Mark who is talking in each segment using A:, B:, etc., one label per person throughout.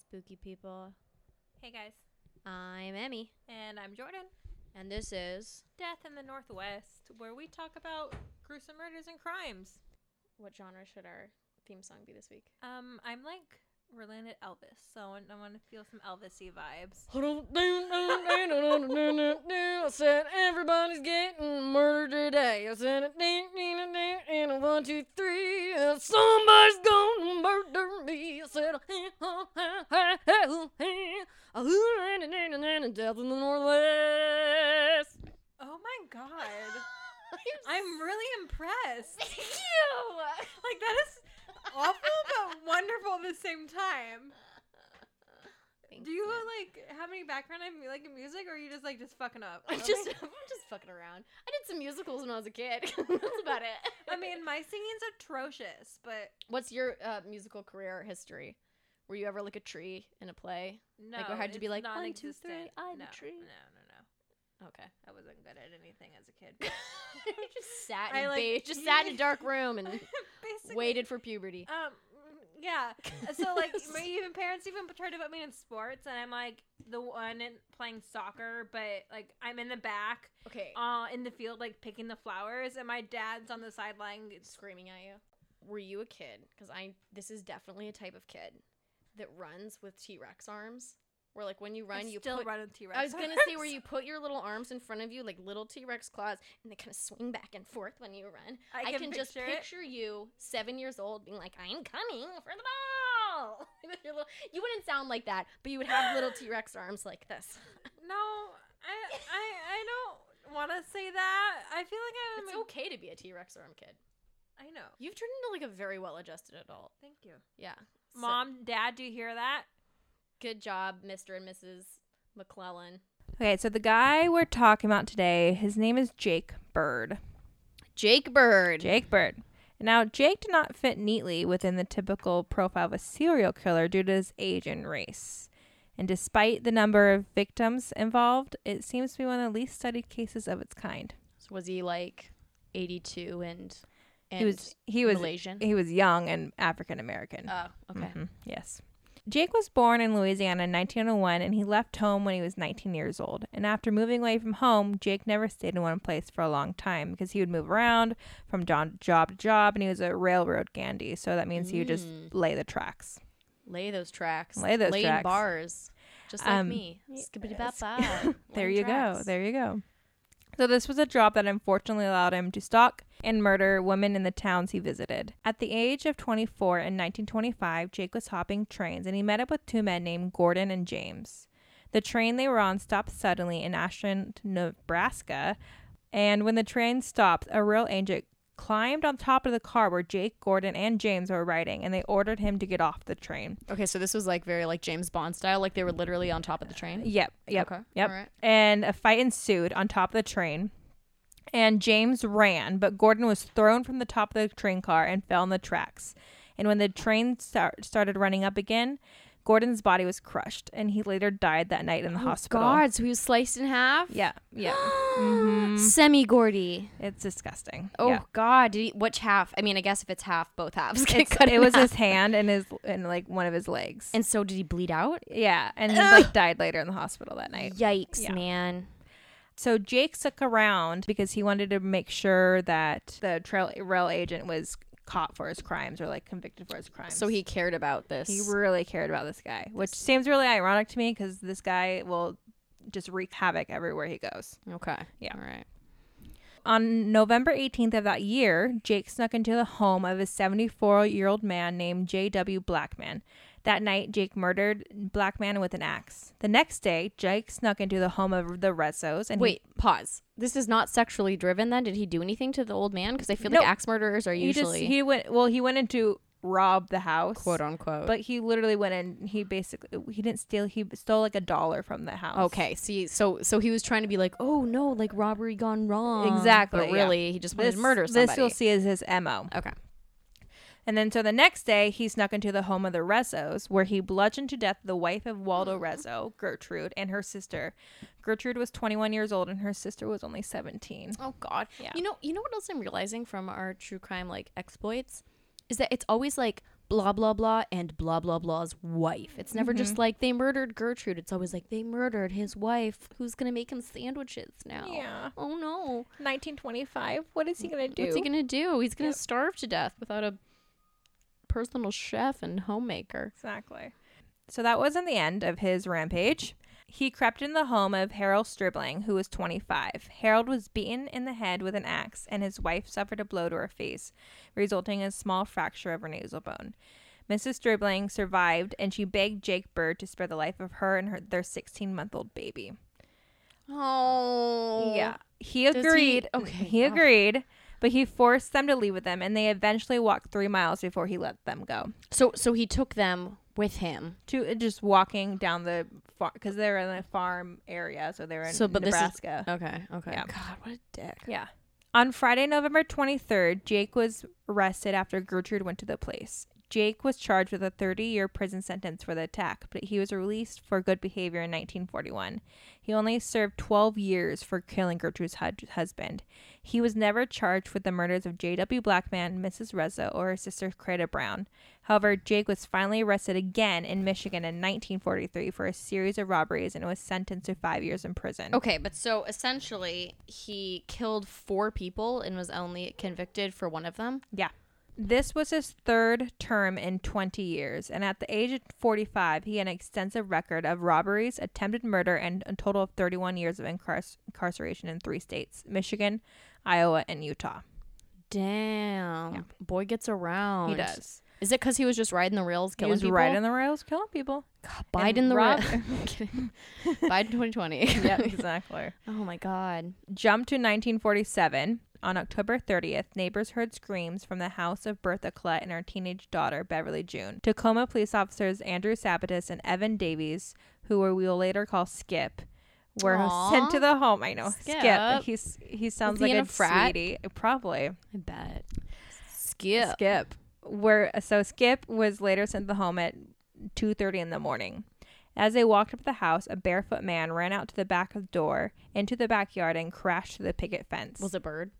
A: spooky people.
B: Hey guys,
A: I'm Emmy,
B: and I'm Jordan.
A: and this is
B: Death in the Northwest, where we talk about gruesome murders and crimes.
A: what genre should our theme song be this week?
B: Um, I'm like related Elvis, so I want, I want to feel some Elvisy vibes.
A: I said everybody's getting murdered today. I said and a one, two, three, and somebody's gonna murder me. I said death in the northwest.
B: Oh my god, I'm really impressed.
A: Thank you.
B: Like that is awful but wonderful at the same time. Do you like have any background in like music, or are you just like just fucking up?
A: I'm just, I'm just fucking around. I did some musicals when I was a kid. That's about it.
B: I mean, my singing's atrocious, but
A: what's your uh, musical career history? Were you ever like a tree in a play?
B: no,
A: I had to be
B: it's
A: like, "One, two, three,
B: non-existent."
A: I'm a
B: no,
A: tree.
B: No, no, no.
A: Okay.
B: I wasn't good at anything as a kid.
A: you just sat
B: I,
A: in
B: like,
A: ba- just sat in a dark room and
B: Basically,
A: waited for puberty.
B: Um, yeah. So like, my even parents even tried to put me in sports, and I'm like the one in, playing soccer, but like I'm in the back,
A: Okay.
B: uh, in the field, like picking the flowers, and my dad's on the sideline.
A: Screaming at you. Were you a kid? Because I this is definitely a type of kid that runs with T Rex arms. Where like when you run,
B: I
A: you
B: still
A: put.
B: run with T-Rex.
A: I was gonna say where you put your little arms in front of you like little T Rex claws, and they kind of swing back and forth when you run. I can, just
B: picture it.
A: picture you seven years old being like, I'm coming for the ball. With your little- you wouldn't sound like that, but you would have little T Rex arms like this.
B: No, I I I don't want to say that. I feel like I'm.
A: It's
B: a-
A: okay to be a T Rex arm kid.
B: I know.
A: You've turned into like a very well adjusted adult.
B: Thank you,
A: Yeah. So,
B: mom, dad. Do you hear that?
A: good job, Mr. and Mrs. McClellan.
B: Okay, so the guy we're talking about today, his name is Jake Bird.
A: Jake Bird.
B: Jake Bird. Now, Jake did not fit neatly within the typical profile of a serial killer due to his age and race. And despite the number of victims involved, it seems to be one of the least studied cases of its kind.
A: So was he like 82 and, and
B: he was he was
A: Malaysian?
B: he was young and African American.
A: Oh, okay.
B: Mhm, Yes. Jake was born in Louisiana in 1901 and he left home when he was 19 years old. And after moving away from home, Jake never stayed in one place for a long time because he would move around from jo- job to job and he was a railroad gandy. So that means he would just lay the tracks.
A: Lay those tracks.
B: Lay those
A: Laying
B: tracks.
A: bars. Just like
B: Um,
A: me. Skibbity bop
B: there you go. There you go. So this was a job that unfortunately allowed him to stalk and murder women in the towns he visited. At the age of 24 in 1925, Jake was hopping trains and he met up with two men named Gordon and James. The train they were on stopped suddenly in Ashland, Nebraska, and when the train stopped, a real agent climbed on top of the car where Jake, Gordon, and James were riding, and they ordered him to get off the train.
A: Okay, so this was like very like James Bond style, like they were literally on top of the train.
B: Yep, yep,
A: Okay,
B: yep.
A: alright.
B: And a fight ensued on top of the train. And James ran, but Gordon was thrown from the top of the train car and fell on the tracks. And when the train star- started running up again, Gordon's body was crushed, and he later died that night in the hospital.
A: Oh, God, so he was sliced in half.
B: Yeah, yeah,
A: Semi Gordy.
B: it's disgusting.
A: Oh
B: yeah.
A: God, did he, which half? I mean, I guess if it's half, both halves get
B: It's-
A: cut.
B: it
A: in
B: was
A: half.
B: his hand and his and like one of his legs.
A: and so did he bleed out?
B: yeah, and he like died later in the hospital that night.
A: Yikes,
B: Yeah.
A: man.
B: So Jake stuck around because he wanted to make sure that the trail rail agent was caught for his crimes or like convicted for his crimes.
A: So he cared about this.
B: he really cared about this guy, which seems really ironic to me because this guy will just wreak havoc everywhere he goes.
A: okay.
B: Yeah.
A: All right.
B: On November 18th of that year, Jake snuck into the home of a 74 year old man named J.W. Blackman. That night, Jake murdered Blackman with an axe. The next day, Jake snuck into the home of the Rezzos and he-
A: Wait, pause. This is not sexually driven. Then did he do anything to the old man? Because I feel
B: No.
A: like axe murderers are
B: he
A: usually
B: just he went well he went in to rob the house
A: quote unquote.
B: but he literally went in he basically he didn't steal he stole like a dollar from the house
A: Okay, see, so so he was trying to be like, oh no, like robbery gone wrong.
B: Exactly,
A: But
B: yeah.
A: really, he just wanted
B: this
A: to murder somebody.
B: this you'll see is his mo
A: Okay.
B: and then so the next day he snuck into the home of the rezzos where he bludgeoned to death the wife of waldo rezzo gertrude and her sister gertrude was 21 years old and her sister was only 17
A: Oh God.
B: Yeah.
A: You know, you know what else I'm realizing from our true crime like exploits is that it's always like blah blah blah and blah blah blah's wife. It's never just like they murdered Gertrude. It's always like they murdered his wife. Who's gonna make him sandwiches now?
B: Yeah.
A: Oh no.
B: 1925. What is he gonna do?
A: What's he gonna do? He's gonna starve to death without a personal chef and homemaker.
B: Exactly. So that wasn't the end of his rampage. He crept in the home of Harold Stribling, who was 25. Harold was beaten in the head with an axe, and his wife suffered a blow to her face, resulting in a small fracture of her nasal bone. Mrs. Stribling survived, and she begged Jake Bird to spare the life of her and her, their 16 month old baby.
A: Oh.
B: Yeah. He
A: he-
B: agreed. He,
A: okay,
B: He
A: ugh.
B: agreed, but he forced them to leave with him, and they eventually walked three miles before he let them go.
A: So so he took them with him.
B: to uh, just walking down the farm because they're in a farm area, so they're in
A: So, but this is-
B: Nebraska.
A: Okay. Okay.
B: Yeah.
A: God, what a dick.
B: yeah. On Friday, November 23rd, Jake was arrested after Gertrude went to the place. Jake was charged with a 30 year prison sentence for the attack, but he was released for good behavior in 1941. He only served 12 years for killing Gertrude's hu- husband. He was never charged with the murders of J.W. Blackman, Mrs. Reza, or his sister Creta Brown. However, Jake was finally arrested again in Michigan in 1943 for a series of robberies and was sentenced to five years in prison.
A: Okay, but so essentially he killed four people and was only convicted for one of them.
B: Yeah. This was his third term in 20 years, and at the age of 45, he had an extensive record of robberies, attempted murder, and a total of 31 years of incar- incarceration in three states Michigan, Iowa, and Utah.
A: Damn. Boy gets around.
B: He does.
A: Is it because he was just riding the rails,
B: He
A: killing
B: was
A: people?
B: right in the rails, killing people.
A: God,
B: and
A: Biden the
B: rob-
A: ra- I'm kidding. Biden 2020.
B: yeah, exactly.
A: Oh my God.
B: Jump to 1947. On October 30th, neighbors heard screams from the house of Bertha Collette and her teenage daughter, Beverly June. Tacoma police officers Andrew Sabatis and Evan Davies, who we will later call Skip, were
A: Aw.
B: sent to the home. I know Skip.
A: Skip.
B: He's he
A: Was
B: sounds like
A: he in
B: a,
A: a frat?
B: sweetie, probably.
A: I bet. Skip.
B: Skip. Where so Skip was later sent to the home at 2:30 in the morning. As they walked up the house, a barefoot man ran out to the back of the door, into the backyard, and crashed through the picket fence.
A: Was it Bird?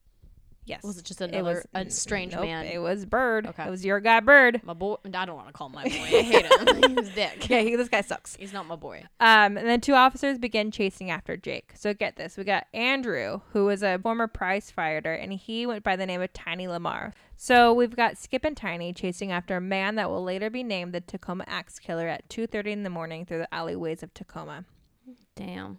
B: Yes.
A: Was it just another a strange
B: nope,
A: man?
B: It was Bird.
A: Okay.
B: It was your guy Bird.
A: my boy. I don't want to call him my boy. I hate him. He's a dick.
B: Yeah, he, this guy sucks.
A: He's not my boy.
B: Um, and then two officers begin chasing after Jake. So get this: we got Andrew, who was a former prize fighter, and he went by the name of Tiny Lamar. So we've got Skip and Tiny chasing after a man that will later be named the Tacoma Axe Killer at 2:30 in the morning through the alleyways of Tacoma.
A: Damn.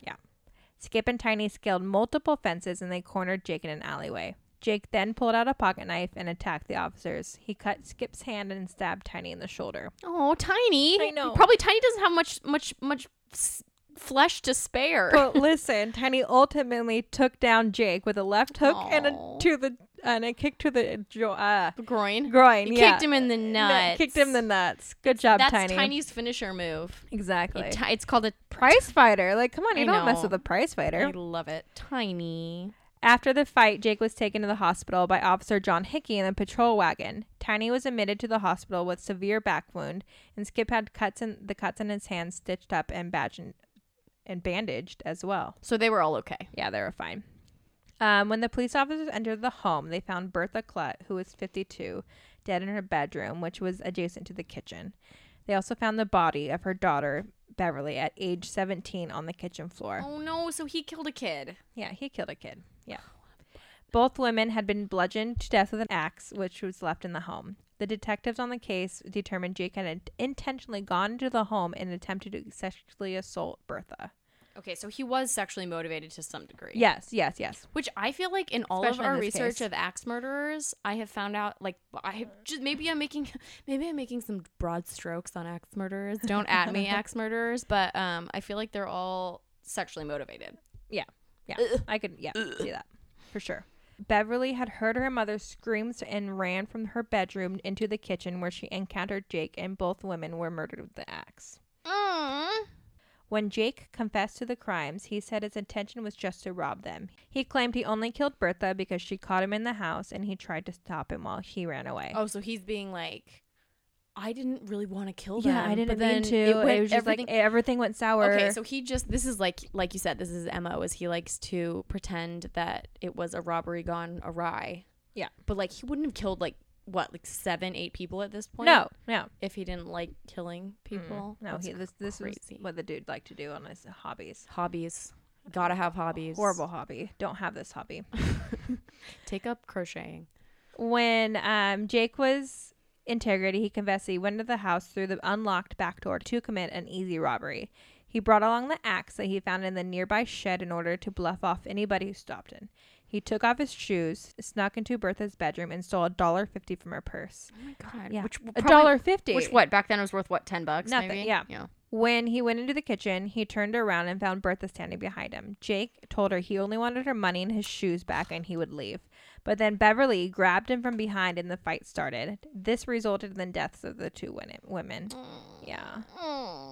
B: Skip and Tiny scaled multiple fences and they cornered Jake in an alleyway. Jake then pulled out a pocket knife and attacked the officers. He cut Skip's hand and stabbed Tiny in the shoulder.
A: Oh, Tiny.
B: I know.
A: Probably Tiny doesn't have much, much, much s- flesh to spare.
B: But listen, Tiny ultimately took down Jake with a left hook and a
A: Aw.
B: to the and a kick to the jo- uh,
A: The groin.
B: groin.
A: You
B: yeah.
A: kicked him in the
B: No,
A: nuts.
B: Kicked him in the nuts. Good job,
A: That's
B: Tiny.
A: Tiny's finisher move.
B: Exactly.
A: It- ti- it's called a.
B: prize fighter. Like, come on, you
A: I
B: don't mess
A: know.
B: with a prize fighter.
A: I love it. Tiny.
B: After the fight, Jake was taken to the hospital by Officer John Hickey in a patrol wagon. Tiny was admitted to the hospital with severe back wound, and Skip had cuts in the cuts in his hands stitched up and badged and bandaged as well.
A: So they were all okay.
B: Yeah, they were fine. Um, when the police officers entered the home, they found Bertha Clutt, who was 52, dead in her bedroom, which was adjacent to the kitchen. They also found the body of her daughter, Beverly, at age 17 on the kitchen floor.
A: Oh no! So he killed a kid.
B: Yeah, he killed a kid. Yeah. Both women had been bludgeoned to death with an axe, which was left in the home. The detectives on the case determined Jake had intentionally gone into the home and attempted to sexually assault Bertha.
A: Okay, so he was sexually motivated to some degree.
B: Yes, yes, yes.
A: Which I feel like in all
B: Especially in
A: of our
B: this
A: research
B: case.
A: of axe murderers, I have found out like I have just maybe I'm making maybe I'm making some broad strokes on axe murderers. Don't at me axe murderers, but um I feel like they're all sexually motivated.
B: Yeah. I could, yeah, see that for sure. Beverly had heard her mother's screams and ran from her bedroom into the kitchen where she encountered Jake, and both women were murdered with the axe. When Jake confessed to the crimes, he said his intention was just to rob them. He claimed he only killed Bertha because she caught him in the house and he tried to stop him while he ran away.
A: Oh, so he's being like I didn't really want to kill them.
B: yeah, I
A: but
B: didn't mean
A: then
B: to.
A: It,
B: It,
A: went-
B: was just
A: everything-
B: like everything went sour.
A: Okay, so he just this is like like you said, this is his MO is he likes to pretend that it was a robbery gone awry.
B: Yeah.
A: But like he wouldn't have killed like what like seven, eight people at this point.
B: No, no,
A: if he didn't like killing people.
B: Mm, no.
A: That's
B: He, this this was
A: crazy.
B: what the dude liked to do on his hobbies.
A: hobbies. Gotta have hobbies.
B: Horrible hobby. Don't have this hobby.
A: Take up crocheting.
B: when um, Jake was integrity, he confessed he went to the house through the unlocked back door to commit an easy robbery. He brought along the axe that he found in the nearby shed in order to bluff off anybody who stopped him. He took off his shoes, snuck into Bertha's bedroom, and stole a dollar fifty from her purse.
A: Oh my god.
B: Yeah,
A: Which
B: a
A: probably-
B: dollar fifty.
A: Which what back then was worth what ten bucks?
B: Nothing,
A: Maybe?
B: yeah.
A: Yeah.
B: When he went into the kitchen, he turned around and found Bertha standing behind him. Jake told her he only wanted her money and his shoes back and he would leave. But then Beverly grabbed him from behind and the fight started. This resulted in the deaths of the two win- women. Yeah.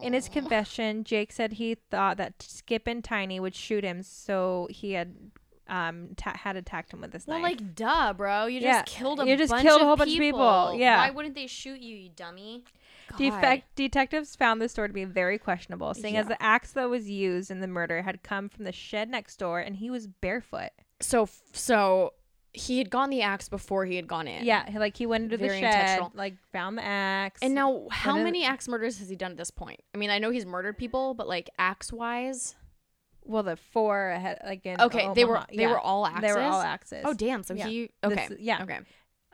B: In his confession, Jake said he thought that Skip and Tiny would shoot him, so he had um ta- had attacked him with his
A: Well,
B: knife.
A: like duh, bro. You
B: Yeah.
A: just killed a
B: You just
A: bunch
B: killed a
A: of
B: whole bunch of people. Yeah.
A: Why wouldn't they shoot you, you dummy?
B: Defect- detectives found this door to be very questionable, seeing as
A: Yeah.
B: the axe that was used in the murder had come from the shed next door and he was barefoot.
A: So so he had gone the axe before he had gone in.
B: Yeah, he- like he went into the
A: Very
B: shed,
A: intentional.
B: like found the axe.
A: And now, how
B: One of the-
A: many axe murders has he done at this point? I mean, I know he's murdered people, but like axe wise,
B: well, the four ahead, like in
A: okay, they were
B: Omaha.
A: they
B: Yeah.
A: were all axes.
B: they were all axes.
A: Oh damn! So
B: Yeah.
A: he
B: This-
A: okay,
B: yeah.
A: okay,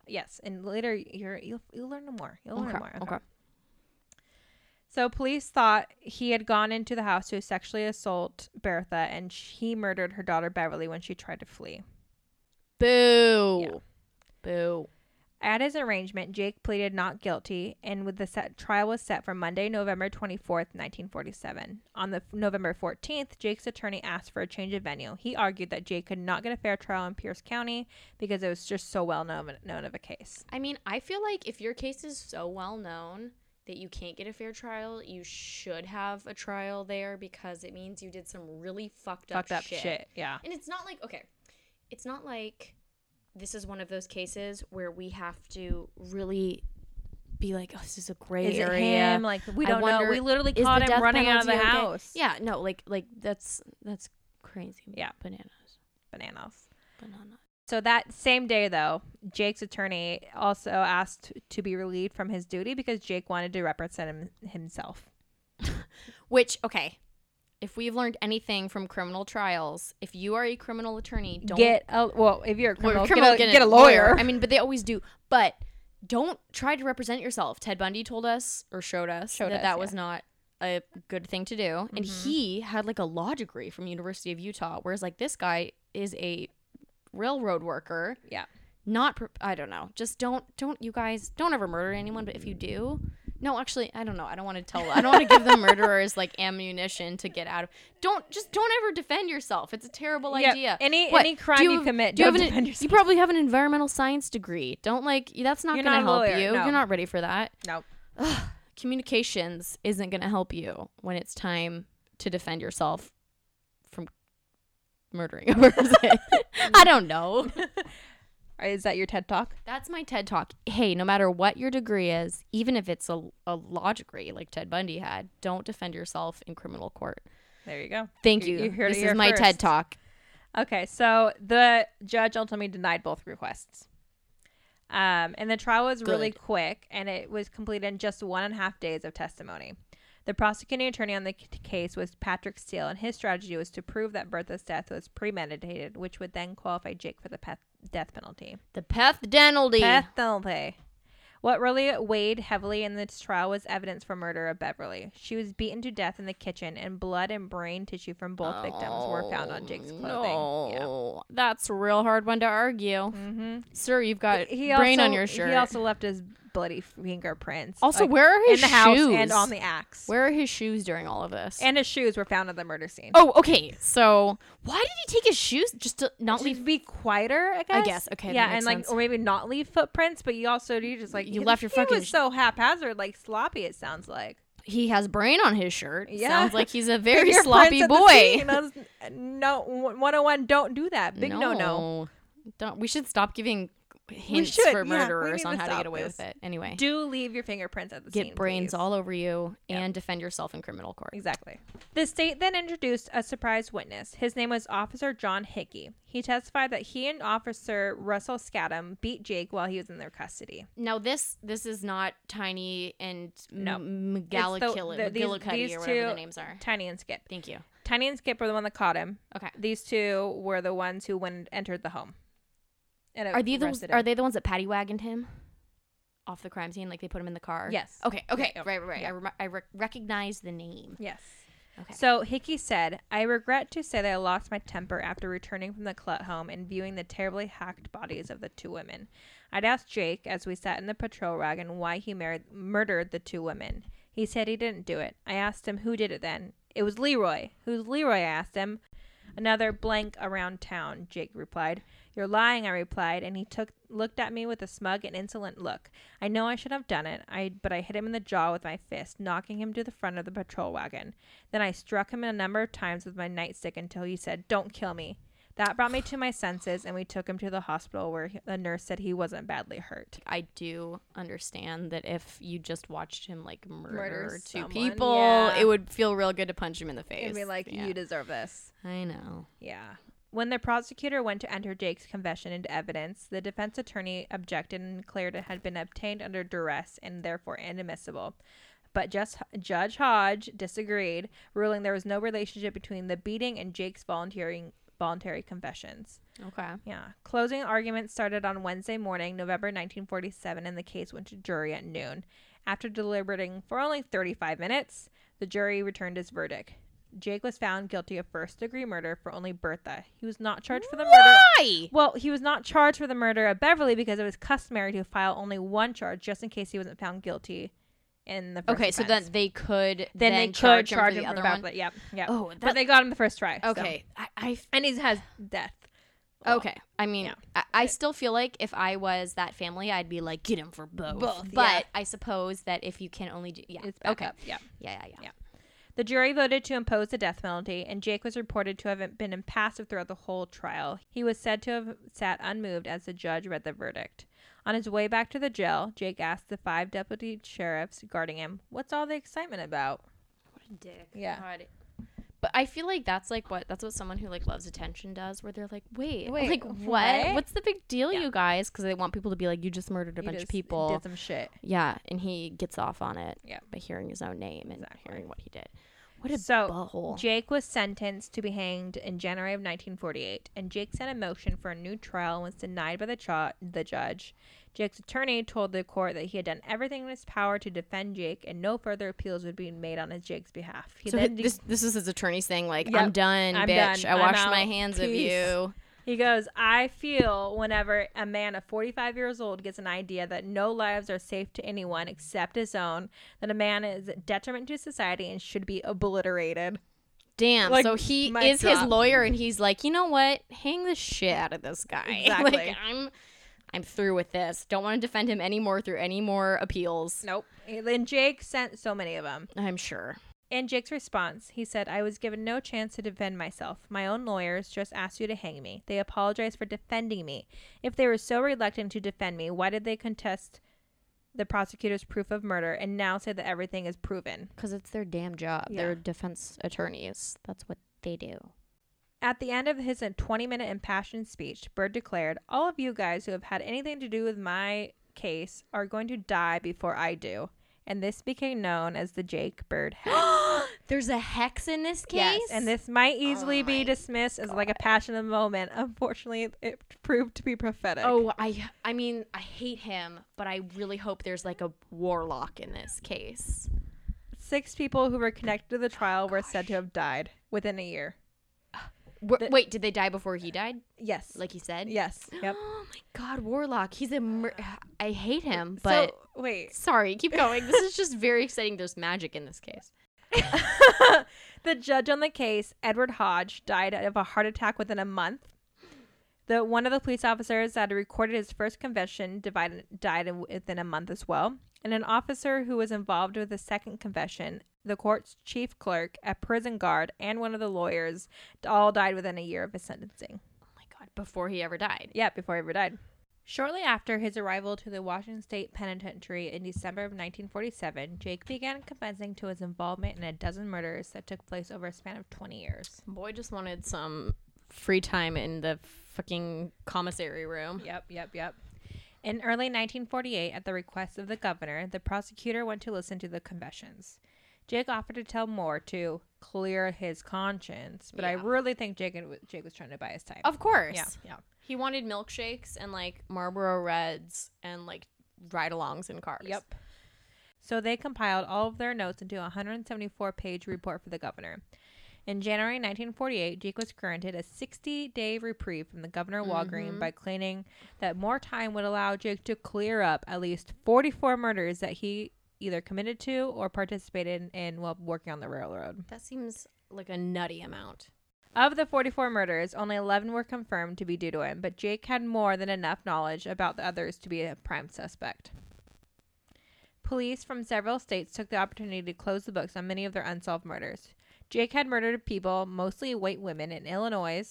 B: yes, and later you're you'll, you'll learn more. You'll learn
A: okay,
B: more.
A: okay.
B: So police thought he had gone into the house to sexually assault Bertha, and sh- he murdered her daughter Beverly when she tried to flee.
A: Boo, boo.
B: At his arraignment, Jake pleaded not guilty, and with the set, trial was set for Monday, November 24th, 1947. On the f- November 14th, Jake's attorney asked for a change of venue. He argued that Jake could not get a fair trial in Pierce County because it was just so well known, known of a case.
A: I mean, I feel like if your case is so well known that you can't get a fair trial, you should have a trial there because it means you did some really fucked up,
B: Fucked up shit. Yeah.
A: And it's not like, okay, it's not like this is one of those cases where we have to really be like, oh, this is a gray
B: Is it
A: area.
B: him? Like we
A: I
B: don't know.
A: wonder,
B: We literally
A: Is
B: caught
A: the
B: him
A: death
B: running out of the
A: penalty okay?
B: house.
A: Yeah, no, like like that's that's crazy.
B: Yeah.
A: bananas,
B: Bananas.
A: banana.
B: So that same day, though, Jake's attorney also asked to be relieved from his duty because Jake wanted to represent him, himself.
A: Which okay, if we've learned anything from criminal trials, if you are a criminal attorney, don't
B: get a well if you're a
A: Well,
B: criminal,
A: criminal,
B: get, a, get a lawyer.
A: I mean, but they always do. But don't try to represent yourself. Ted Bundy told us or showed us
B: Showed
A: that
B: us,
A: that
B: yeah. Mm-hmm.
A: was not a good thing to do, and he had like a law degree from University of Utah, whereas like this guy is a railroad worker.
B: Yeah.
A: Not, pre- I don't know. Just don't, don't you guys don't ever murder anyone. But if you do, no, actually, I don't know. I don't want to tell. I don't want to give the murderers like ammunition to get out of. Don't just don't ever defend yourself. It's a terrible
B: Yeah,
A: idea.
B: any- any crime
A: do
B: you e-,
A: have-
B: commit,
A: do you,
B: don't
A: have an-
B: defend
A: you
B: yourself.
A: probably have an environmental science degree. Don't like that's not
B: You're
A: going
B: not
A: to help
B: a lawyer,
A: you.
B: no.
A: You're not ready for that.
B: no.
A: Communications isn't going to help you when it's time to defend yourself from murdering a person. I don't know.
B: Is that your TED talk?
A: That's my TED talk. Hey, no matter what your degree is, even if it's a, a law degree like Ted Bundy had, don't defend yourself in criminal court.
B: There you go.
A: Thank
B: You-
A: you.
B: you heard it
A: this
B: here
A: is my
B: first.
A: TED talk.
B: Okay, so the judge ultimately denied both requests. Um, and the trial was really
A: Good.
B: quick, and it was completed in just one and a half days of testimony. The prosecuting attorney on the c- case was Patrick Steele, and his strategy was to prove that Bertha's death was premeditated, which would then qualify Jake for the peth- death penalty.
A: The Peth Denaldy.
B: Death penalty. What really weighed heavily in this trial was evidence for murder of Beverly. She was beaten to death in the kitchen, and blood and brain tissue from both victims were found on Jake's clothing. Yeah.
A: Oh, No, that's a real hard one to argue.
B: Mm-hmm.
A: Sir, you've got
B: He
A: brain
B: also,
A: on your shirt.
B: He
A: also,
B: also left his bloody fingerprints. like,
A: where are
B: in
A: his
B: the
A: shoes?
B: house and on the axe.
A: where are his shoes during all of this?
B: and his shoes were found at the murder scene.
A: oh, okay. So why did he take his shoes just to not leave?
B: Just be quieter, I guess.
A: guess. Okay, that
B: Yeah,
A: makes
B: and like,
A: sense.
B: or maybe not leave footprints, but you also you just like
A: You
B: he-
A: left your
B: he
A: fucking
B: was
A: sh-
B: so haphazard, like sloppy. It sounds like.
A: He has brain on his shirt.
B: Yeah.
A: Sounds like he's a very
B: fingerprints
A: sloppy
B: at the
A: boy.
B: scene. That's- No, 101, don't do that. Big no no.
A: Don't. We should stop giving hints
B: should, yeah,
A: for
B: we
A: murderers
B: need
A: on
B: to
A: how to
B: stop
A: get away
B: this.
A: with it. Anyway,
B: Do leave your fingerprints at the
A: get
B: scene.
A: brains
B: please.
A: all over you and defend yourself in criminal court.
B: Exactly. The state then introduced a surprise witness. His name was Officer John Hickey. He testified that he and Officer Russell Scadam beat Jake while he was in their custody.
A: Now this this is not Tiny and
B: No.
A: M-
B: It's the-
A: McGallicuddy
B: the- these- these
A: or whatever
B: two-
A: the names are.
B: Tiny and Skip.
A: Thank you.
B: Tiny and Skip were the one that caught him.
A: Okay.
B: These two were the ones who went and entered the home. And
A: Are they those?
B: arrested
A: Are
B: him.
A: they the ones that paddy wagoned him off the crime scene? Like they put him in the car.
B: Yes.
A: Okay. Okay.
B: yeah,
A: Right. Right. right.
B: yeah.
A: I, rem- I rec- recognize the name.
B: Yes.
A: Okay.
B: So Hickey said, I regret to say that I lost my temper after returning from the Clutt home and viewing the terribly hacked bodies of the two women. I'd asked Jake, as we sat in the patrol wagon, why he married, murdered the two women. He said he didn't do it. I asked him who did it then. It was Leroy. Who's Leroy? I asked him. Another blank around town, Jake replied. You're lying, I replied, and he took looked at me with a smug and insolent look. I know I should have done it, I but I hit him in the jaw with my fist, knocking him to the front of the patrol wagon. Then I struck him a number of times with my nightstick until he said, "Don't kill me." That brought me to my senses, and we took him to the hospital where he, the nurse said he wasn't badly hurt.
A: I do understand that if you just watched him like murder,
B: Murder
A: two
B: someone,
A: people,
B: yeah.
A: it would feel real good to punch him in the face.
B: And be like,
A: Yeah.
B: "You deserve this."
A: I know.
B: Yeah. When the prosecutor went to enter Jake's confession into evidence, the defense attorney objected and declared it had been obtained under duress and therefore inadmissible. But just Judge Hodge disagreed, ruling there was no relationship between the beating and Jake's volunteering voluntary confessions.
A: Okay.
B: Yeah. Closing arguments started on Wednesday morning, November 1947, and the case went to jury at noon. After deliberating for only 35 minutes, the jury returned its verdict. Jake was found guilty of first degree murder for only Bertha. He was not charged for the murder.
A: Hi.
B: Well, he was not charged for the murder of Beverly because it was customary to file only one charge just in case he wasn't found guilty in the first
A: Okay, so then
B: offense.
A: they could
B: then,
A: then,
B: they could
A: charge, him for the
B: for
A: other one.
B: Beverly. Yep. Yep.
A: Oh,
B: but
A: that-
B: they got him the first try. so-
A: Okay, I, I f-
B: And he has death. Well,
A: okay. I mean,
B: yeah.
A: I, I still feel like if I was that family, I'd be like, get him for both.
B: Both,
A: but
B: yeah.
A: I suppose that if you can only do, yeah,
B: It's back
A: okay,
B: up. Yep.
A: yeah, yeah, yeah.
B: The jury voted to impose the death penalty, and Jake was reported to have been impassive throughout the whole trial. He was said to have sat unmoved as the judge read the verdict. On his way back to the jail, Jake asked the five deputy sheriffs guarding him, What's all the excitement about?
A: Dick.
B: Yeah.
A: God. But I feel like that's like what that's what someone who like loves attention does, where they're like, wait,
B: Wait,
A: like what?
B: what?
A: What's the big deal,
B: Yeah.
A: you guys? Because they want people to be like, you just murdered a
B: You
A: bunch of
B: just
A: people.
B: Did some shit.
A: Yeah, and he gets off on it.
B: Yeah.
A: by hearing his own name and
B: Exactly.
A: hearing what he did. What a
B: So,
A: butthole.
B: Jake was sentenced to be hanged in January of 1948, and Jake sent a motion for a new trial and was denied by the, cho- the judge. Jake's attorney told the court that he had done everything in his power to defend Jake, and no further appeals would be made on his Jake's behalf. He
A: so
B: then
A: this this is his attorney's thing. Like I'm
B: Yep,
A: done,
B: I'm
A: bitch.
B: done.
A: I
B: I'm
A: washed my
B: out.
A: hands of
B: Peace."
A: you.
B: he goes, "I feel whenever a man of 45 years old gets an idea that no lives are safe to anyone except his own, that a man is a detriment to society and should be obliterated."
A: Damn.
B: Like,
A: so he
B: mic
A: is his
B: drop.
A: lawyer, and he's like, you know what? Hang the shit out of this guy.
B: Exactly.
A: like I'm, I'm through with this. Don't want to defend him anymore through any more appeals.
B: Nope. And Jake sent so many of them.
A: I'm sure.
B: In Jake's response, he said, I was given no chance to defend myself. My own lawyers just asked you to hang me. They apologized for defending me. If they were so reluctant to defend me, why did they contest the prosecutor's proof of murder and now say that everything is proven?
A: Because it's their damn job.
B: Yeah.
A: They're defense attorneys. That's what they do.
B: At the end of his 20 minute impassioned speech, Byrd declared, All of you guys who have had anything to do with my case are going to die before I do. And this became known as the Jake Byrd Hex.
A: There's a hex in this case.
B: and this might easily
A: Oh
B: be
A: my
B: dismissed as like a passion of the moment. Unfortunately, it- it proved to be prophetic.
A: Oh, I I mean, I hate him, but I really hope there's like a warlock in this case.
B: Six people who were connected to
A: Oh
B: the trial were said to have died within a year.
A: Wh- Wait, did they die before he died?
B: Yes.
A: Like he said?
B: yes. Yep.
A: Oh my god, warlock. He's a mur- I hate him, but
B: so, wait.
A: sorry, keep going. This is just very exciting. There's magic in this case.
B: The judge on the case, Edward Hodge, died of a heart attack within a month. The one of the police officers that had recorded his first confession divided, died in- within a month as well. And an officer who was involved with the second confession, the court's chief clerk, a prison guard, and one of the lawyers all died within a year of his sentencing.
A: Oh my god, before he ever died.
B: Yeah, before he ever died. Shortly after his arrival to the Washington State Penitentiary in December of 1947, Jake began confessing to his involvement in a dozen murders that took place over a span of 20 years.
A: Boy just wanted some free time in the fucking commissary room.
B: Yep, yep, yep. In early 1948, at the request of the governor, the prosecutor went to listen to the confessions. Jake offered to tell more to clear his conscience, but I
A: Yeah.
B: really think Jake Jake was trying to buy his time.
A: Of course.
B: yeah, yeah.
A: He wanted milkshakes and like Marlboro Reds and like ride alongs in cars.
B: Yep. So they compiled all of their notes into a 174 page report for the governor. In January 1948, Jake was granted a 60 day reprieve from the governor Walgreen by claiming that more time would allow Jake to clear up at least 44 murders that he either committed to or participated in while working on the railroad.
A: That seems like a nutty amount.
B: Of the 44 murders, only 11 were confirmed to be due to him, but Jake had more than enough knowledge about the others to be a prime suspect. Police from several states took the opportunity to close the books on many of their unsolved murders. Jake had murdered people, mostly white women, in Illinois,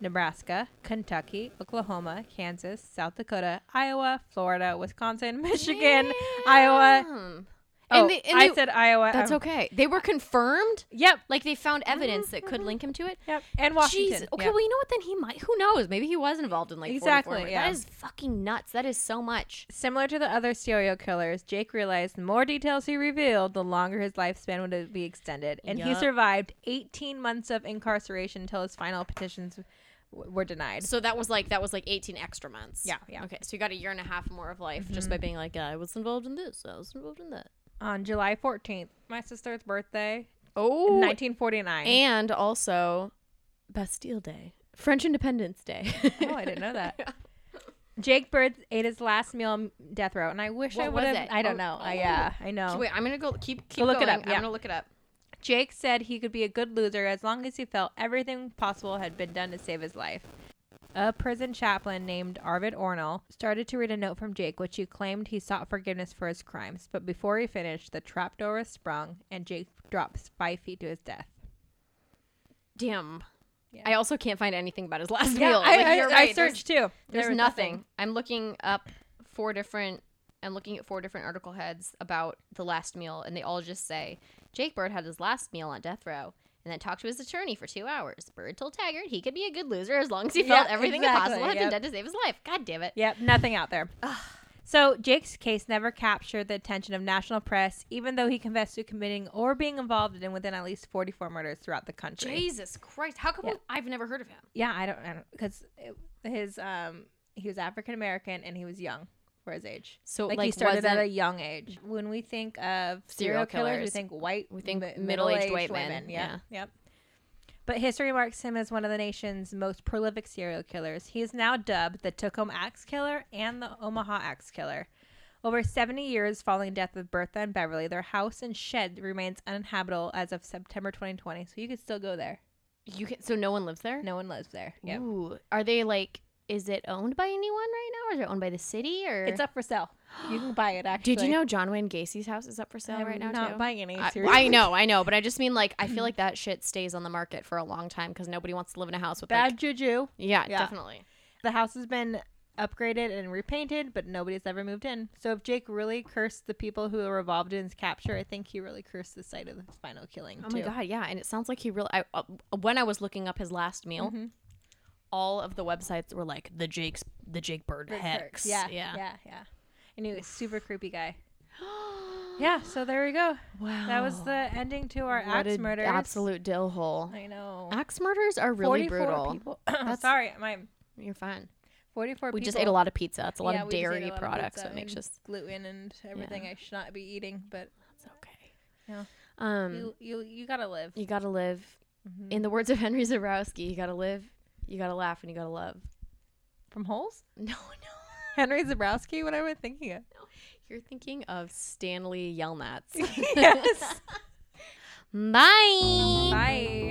B: Nebraska, Kentucky, Oklahoma, Kansas, South Dakota, Iowa, Florida, Wisconsin, Michigan, Iowa.
A: Damn.
B: Oh,
A: and they, and
B: I
A: they-
B: said Iowa.
A: that's
B: um,
A: okay. They were confirmed.
B: Yep.
A: Like they found evidence that could link him to it.
B: Yep. And Washington.
A: Jeez. Okay,
B: Yep.
A: well, you know what? Then he might. Who knows? Maybe he was involved in like
B: Exactly,
A: exactly.
B: yeah.
A: That is fucking nuts. That is so much.
B: Similar to the other serial killers, Jake realized the more details he revealed, the longer his lifespan would be extended. And he
A: Yup.
B: survived 18 months of incarceration until his final petitions w- were denied.
A: So that was like that was like eighteen extra months.
B: Yeah, yeah.
A: Okay, so you got a year and a half more of life just by being like, I was involved in this. I was involved in that.
B: On July 14th, my sister's birthday, in
A: Oh,
B: 1949.
A: and also Bastille Day, French Independence Day.
B: oh, I didn't know that. Jake Bird ate his last meal on death row, and I wish
A: What
B: I would
A: was
B: have.
A: it?
B: I don't
A: Oh,
B: know.
A: oh.
B: I, yeah, I know.
A: Wait, I'm gonna go keep keep
B: Look it
A: going.
B: up, yeah.
A: I'm gonna look it up.
B: Jake said he could be a good loser as long as he felt everything possible had been done to save his life. A prison chaplain named Arvid Ornell started to read a note from Jake, which he claimed he sought forgiveness for his crimes. But before he finished, the trapdoor was sprung, and Jake drops five feet to his death.
A: Damn.
B: Yeah.
A: I also can't find anything about his last meal.
B: I,
A: Like,
B: I-
A: you're
B: I
A: right, there's-
B: searched too.
A: There's,
B: There was
A: nothing. I'm looking up four different. I'm looking at four different article heads about the last meal, and they all just say Jake Bird had his last meal on death row, and then talked to his attorney for two hours. Bird told Taggart he could be a good loser as long as he felt
B: Yeah,
A: everything
B: exactly,
A: impossible had
B: yep.
A: been done to save his life. God damn it!
B: Yep, nothing out there. So Jake's case never captured the attention of national press, even though he confessed to committing or being involved in within at least 44 murders throughout the country.
A: Jesus Christ! How come
B: Yeah.
A: we- I've never heard of him?
B: Yeah, I don't, I don't, because his um he was African American and he was young for his age.
A: So,
B: like, he
A: like,
B: started at
A: wasn't-
B: a young age. When we think of
A: Serial
B: serial killers, we
A: killers.
B: think white,
A: We think
B: mi-
A: middle-aged
B: middle-aged
A: white men,
B: Yeah, yep. But history marks him as one of the nation's most prolific serial killers. He is now dubbed the Tacoma Axe Killer and the Omaha Axe Killer. Over 70 years following death of Bertha and Beverly, their house and shed remains uninhabitable as of September 2020. So you could still go there.
A: You can, so no one lives there.
B: No one lives there. Yeah.
A: Ooh, are they like? Is it owned by anyone right now? Or is it owned by the city? Or
B: It's up for sale. You can buy it actually.
A: Did you know John Wayne Gacy's house is up for sale
B: I'm
A: right now
B: not
A: too?
B: buying any.
A: I,
B: seriously.
A: I know, I know, but I just mean like I feel like that shit stays on the market for a long time because nobody wants to live in a house with
B: Bad
A: Like,
B: juju.
A: yeah,
B: Yeah.
A: definitely.
B: The house has been upgraded and repainted, but nobody's ever moved in. So if Jake really cursed the people who were involved in his capture, I think he really cursed the site of his final killing
A: Oh
B: too.
A: my god, yeah, and it sounds like he really. I, uh, when I was looking up his last meal, all of the websites were like the Jake's the Jake Bird hex.
B: Yeah, yeah,
A: yeah.
B: yeah, yeah. And he was super creepy guy. yeah. So there we go.
A: Wow,
B: That was the ending to our
A: What
B: axe
A: a
B: murders.
A: Absolute dill hole.
B: I know.
A: Axe murders are really
B: 44
A: brutal.
B: People. Sorry, my
A: You're fine.
B: 44
A: We
B: people.
A: just ate a lot of pizza. It's a lot
B: Yeah,
A: of
B: we just ate a
A: dairy
B: lot of
A: products.
B: pizza
A: so it makes
B: and
A: us
B: gluten and everything I should not be eating, but
A: it's okay.
B: Yeah.
A: Um.
B: you you, you gotta live.
A: You gotta live. In the words of Henry Zebrowski, you gotta live, you gotta laugh, and you gotta love.
B: From holes?
A: No, no.
B: Henry Zabrowski, what am I thinking of?
A: You're thinking of Stanley Yelnats.
B: yes.
A: Bye.
B: Bye.